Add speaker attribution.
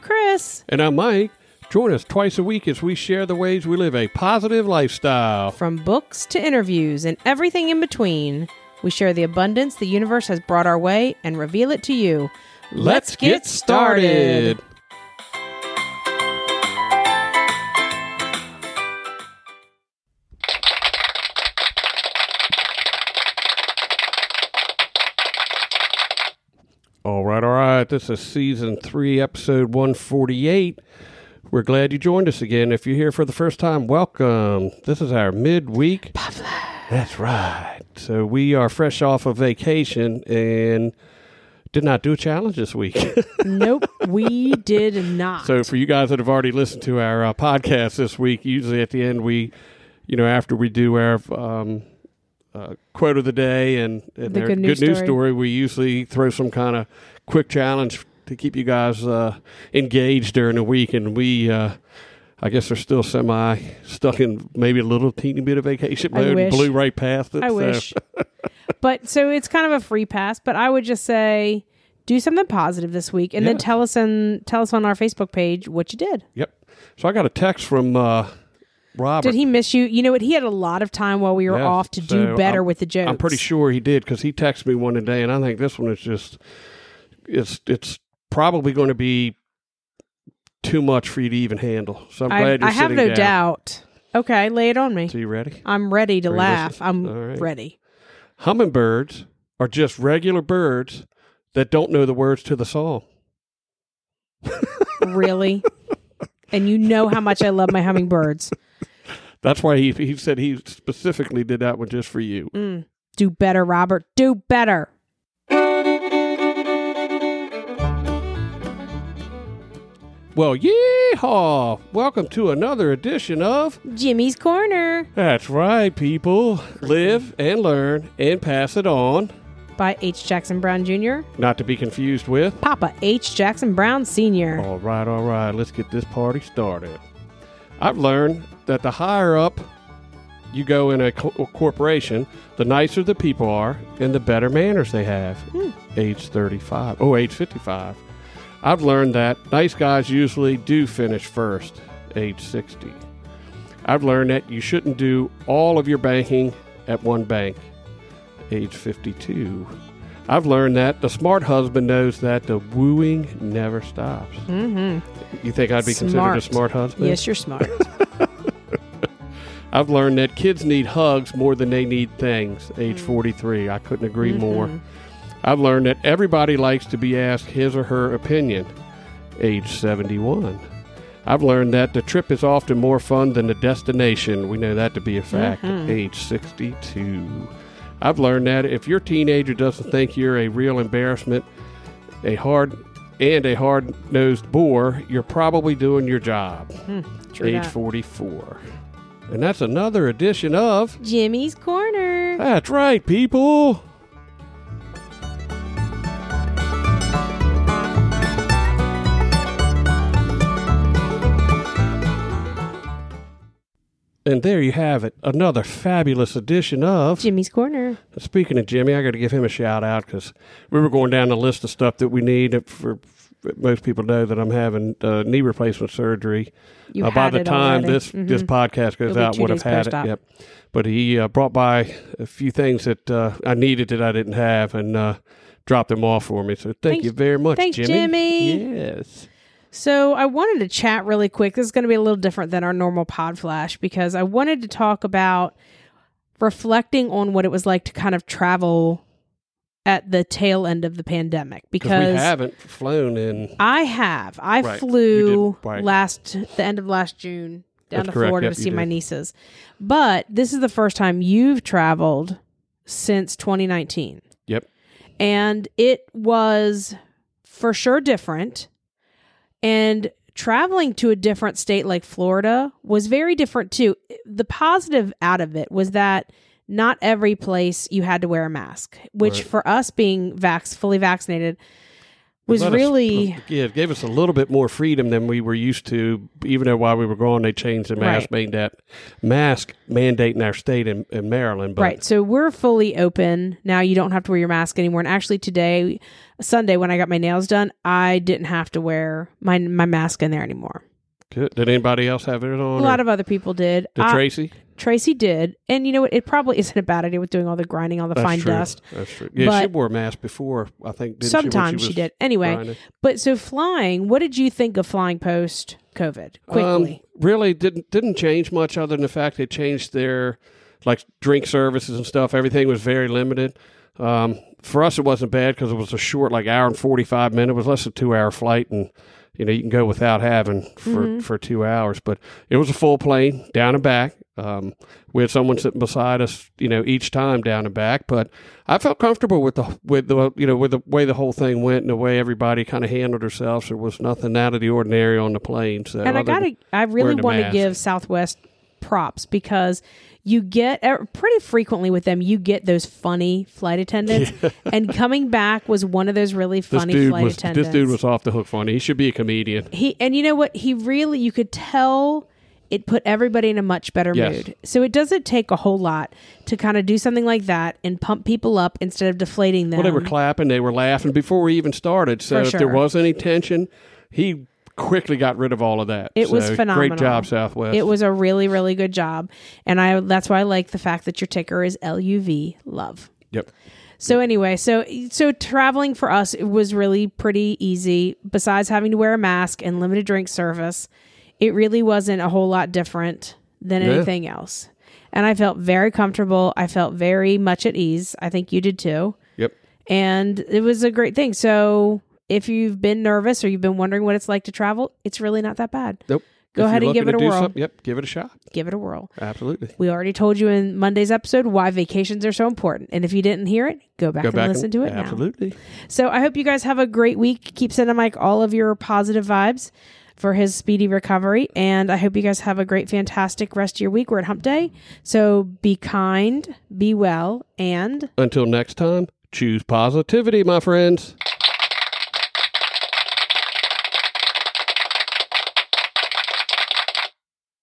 Speaker 1: Chris
Speaker 2: And I'm Mike. Join us twice a week as we share the ways we live a positive lifestyle.
Speaker 1: from books to interviews and everything in between. We share the abundance the universe has brought our way and reveal it to you.
Speaker 2: Let's get started. All right, all right. This is season three, episode 148. We're glad you joined us again. If you're here for the first time, welcome. This is our midweek. That's right. So we are fresh off of vacation and did not do a challenge this week.
Speaker 1: Nope, we did not.
Speaker 2: So for you guys that have already listened to our uh, podcast this week, usually at the end we, you know, after we do our um, uh, quote of the day and, and
Speaker 1: The
Speaker 2: our
Speaker 1: good news
Speaker 2: news
Speaker 1: story.
Speaker 2: story, we usually throw some kind of quick challenge to keep you guys uh, engaged during the week. And we, uh, I guess, are still semi stuck in maybe a little teeny bit of vacation
Speaker 1: I
Speaker 2: mode. and
Speaker 1: wish.
Speaker 2: Blew right past it.
Speaker 1: I
Speaker 2: so-
Speaker 1: wish. but so it's kind of a free pass, but I would just say do something positive this week and then
Speaker 2: Yeah.
Speaker 1: tell us and tell us on our Facebook page what you did.
Speaker 2: Yep. So I got a text from uh, Robert.
Speaker 1: Did he miss you? You know what? He had a lot of time while we were
Speaker 2: Yes,
Speaker 1: off to
Speaker 2: so
Speaker 1: do better
Speaker 2: I'm-
Speaker 1: with the jokes.
Speaker 2: I'm pretty sure he did because he texted me one today, and I think this one is just it's it's probably going to be too much for you to even handle. So I'm
Speaker 1: I,
Speaker 2: glad you're
Speaker 1: I have
Speaker 2: sitting
Speaker 1: no
Speaker 2: down.
Speaker 1: doubt. Okay, lay it on me.
Speaker 2: So you ready?
Speaker 1: I'm ready to
Speaker 2: Ready to
Speaker 1: laugh.
Speaker 2: listen?
Speaker 1: I'm
Speaker 2: All right.
Speaker 1: ready.
Speaker 2: Hummingbirds are just regular birds that don't know the words to the song.
Speaker 1: Really? and you know how much I love my hummingbirds.
Speaker 2: That's why he he said he specifically did that one just for you.
Speaker 1: Mm. Do better, Robert. Do better.
Speaker 2: Well, yeehaw! Welcome to another edition of
Speaker 1: Jimmy's Corner
Speaker 2: That's Right, people. Live and learn and pass it on.
Speaker 1: by H. Jackson Brown Jr.,
Speaker 2: Not to be confused with
Speaker 1: Papa H. Jackson Brown Sr.
Speaker 2: All right, all right, let's get this party started. I've learned that the higher up you go in a co- corporation, the nicer the people are and the better manners they have. Age 35. Oh, age 55. I've learned that nice guys usually do finish first, age 60. I've learned that you shouldn't do all of your banking at one bank, age 52. I've learned that the smart husband knows that the wooing never stops.
Speaker 1: Mm-hmm.
Speaker 2: You think I'd be considered a
Speaker 1: Smart.
Speaker 2: smart husband?
Speaker 1: Yes, you're smart.
Speaker 2: I've learned that kids need hugs more than they need things. Age
Speaker 1: Mm.
Speaker 2: 43. I couldn't agree
Speaker 1: Mm-hmm.
Speaker 2: more. I've learned that everybody likes to be asked his or her opinion. Age 71. I've learned that the trip is often more fun than the destination. We know that to be a fact.
Speaker 1: Mm-hmm.
Speaker 2: Age 62. I've learned that if your teenager doesn't think you're a real embarrassment, a hard and a hard-nosed bore, you're probably doing your job.
Speaker 1: Hmm, True
Speaker 2: age
Speaker 1: that.
Speaker 2: 44. And that's another edition of
Speaker 1: Jimmy's Corner.
Speaker 2: That's Right, people. And there you have it, another fabulous edition of
Speaker 1: Jimmy's Corner.
Speaker 2: Speaking of Jimmy, I got to give him a shout out because we were going down the list of stuff that we need. For most people know that I'm having uh, knee replacement surgery.
Speaker 1: You
Speaker 2: Uh, by
Speaker 1: had
Speaker 2: the
Speaker 1: it
Speaker 2: time
Speaker 1: already. Mm-hmm.
Speaker 2: this this podcast goes
Speaker 1: It'll be
Speaker 2: out,
Speaker 1: two
Speaker 2: would have
Speaker 1: days
Speaker 2: had
Speaker 1: post
Speaker 2: it.
Speaker 1: op.
Speaker 2: Yep. But he uh, brought by a few things that uh, I needed that I didn't have and uh, dropped them off for me. So thank
Speaker 1: Thanks-
Speaker 2: you very much,
Speaker 1: thanks, Jimmy.
Speaker 2: Yes.
Speaker 1: So I wanted to chat really quick. This is going to be a little different than our normal pod flash because I wanted to talk about reflecting on what it was like to kind of travel at the tail end of the pandemic
Speaker 2: Because we
Speaker 1: because
Speaker 2: haven't flown in.
Speaker 1: I have. I
Speaker 2: Right. You
Speaker 1: flew
Speaker 2: did, right.
Speaker 1: last the end of last June down
Speaker 2: That's
Speaker 1: to
Speaker 2: correct.
Speaker 1: Florida
Speaker 2: Yep,
Speaker 1: to
Speaker 2: you
Speaker 1: see my
Speaker 2: did.
Speaker 1: nieces. But this is the first time you've traveled since 2019.
Speaker 2: Yep.
Speaker 1: And it was for sure different. And traveling to a different state like Florida was very different too. The positive out of it was that not every place you had to wear a mask, which
Speaker 2: Right.
Speaker 1: for us being vax fully vaccinated was
Speaker 2: Let us-
Speaker 1: really
Speaker 2: yeah, it gave us a little bit more freedom than we were used to. Even though while we were gone, they changed the mask
Speaker 1: Right.
Speaker 2: mandate mask mandate in our state in, in Maryland. But
Speaker 1: right. So we're fully open now. You don't have to wear your mask anymore. And actually, today, Sunday, when I got my nails done, I didn't have to wear my my mask in there anymore.
Speaker 2: Good. did anybody else have it on?
Speaker 1: A lot of other people did.
Speaker 2: did
Speaker 1: I-
Speaker 2: Tracy?
Speaker 1: Tracy did, and you know what? It probably isn't a bad idea with doing all the grinding, all the fine
Speaker 2: true.
Speaker 1: dust.
Speaker 2: That's true. Yeah, she
Speaker 1: But-
Speaker 2: wore a mask before. I think. Didn't she, when
Speaker 1: Sometimes
Speaker 2: she,
Speaker 1: she,
Speaker 2: was
Speaker 1: did. Anyway,
Speaker 2: grinding?
Speaker 1: but so flying. What did you think of flying post COVID?
Speaker 2: Um,
Speaker 1: Quickly,
Speaker 2: really didn't didn't change much other than the fact they changed their like drink services and stuff. Everything was very limited. Um, for us, it wasn't bad because it was a short, like hour and forty five minute. It was less than two hour flight, and you know you can go without having for
Speaker 1: Mm-hmm.
Speaker 2: for two hours. But it was a full plane down and back. Um, we had someone sitting beside us, you know, each time down and back. But I felt comfortable with the with the you know with the way the whole thing went and the way everybody kind of handled herself. There was nothing out of the ordinary on the plane. So
Speaker 1: and I
Speaker 2: other than-
Speaker 1: gotta, I really
Speaker 2: wearing a
Speaker 1: want to
Speaker 2: mask.
Speaker 1: give Southwest props because you get er, pretty frequently with them. You get those funny flight attendants, and coming back was one of those really funny flight
Speaker 2: was
Speaker 1: attendants.
Speaker 2: this dude was off the hook funny. He should be a comedian.
Speaker 1: he and you know what he really you could tell it put everybody in a much better
Speaker 2: Yes.
Speaker 1: mood so it doesn't take a whole lot to kind of do something like that and pump people up instead of deflating them
Speaker 2: Well, they were clapping, they were laughing before we even started. So
Speaker 1: For
Speaker 2: if there
Speaker 1: sure.
Speaker 2: was any tension, he quickly got rid of all of that.
Speaker 1: It was
Speaker 2: So,
Speaker 1: phenomenal.
Speaker 2: Great job, Southwest.
Speaker 1: it was a really really good job and i that's why i like the fact that your ticker is luv love
Speaker 2: yep.
Speaker 1: so anyway so so traveling for us it was really pretty easy besides having to wear a mask and limited drink service it really wasn't a whole lot different than anything else and i felt very comfortable i felt very much at ease i think you did too
Speaker 2: Yep.
Speaker 1: and it was a great thing so if you've been nervous or you've been wondering what it's like to travel it's really not that bad
Speaker 2: Nope.
Speaker 1: Go
Speaker 2: If
Speaker 1: ahead
Speaker 2: you're
Speaker 1: and give
Speaker 2: looking
Speaker 1: it
Speaker 2: to
Speaker 1: a
Speaker 2: do
Speaker 1: whirl.
Speaker 2: something- Yep. Give it a shot.
Speaker 1: give it a whirl
Speaker 2: Absolutely.
Speaker 1: we already told you in Monday's episode why vacations are so important. And if you didn't hear it, go back
Speaker 2: Go
Speaker 1: and
Speaker 2: back
Speaker 1: listen
Speaker 2: and,
Speaker 1: to it now.
Speaker 2: Absolutely.
Speaker 1: So I hope you guys have a great week. Keep sending Mike all of your positive vibes for his speedy recovery. And I hope you guys have a great, fantastic rest of your week. We're at hump day. So be kind, be well, and
Speaker 2: Until next time, choose positivity, my friends.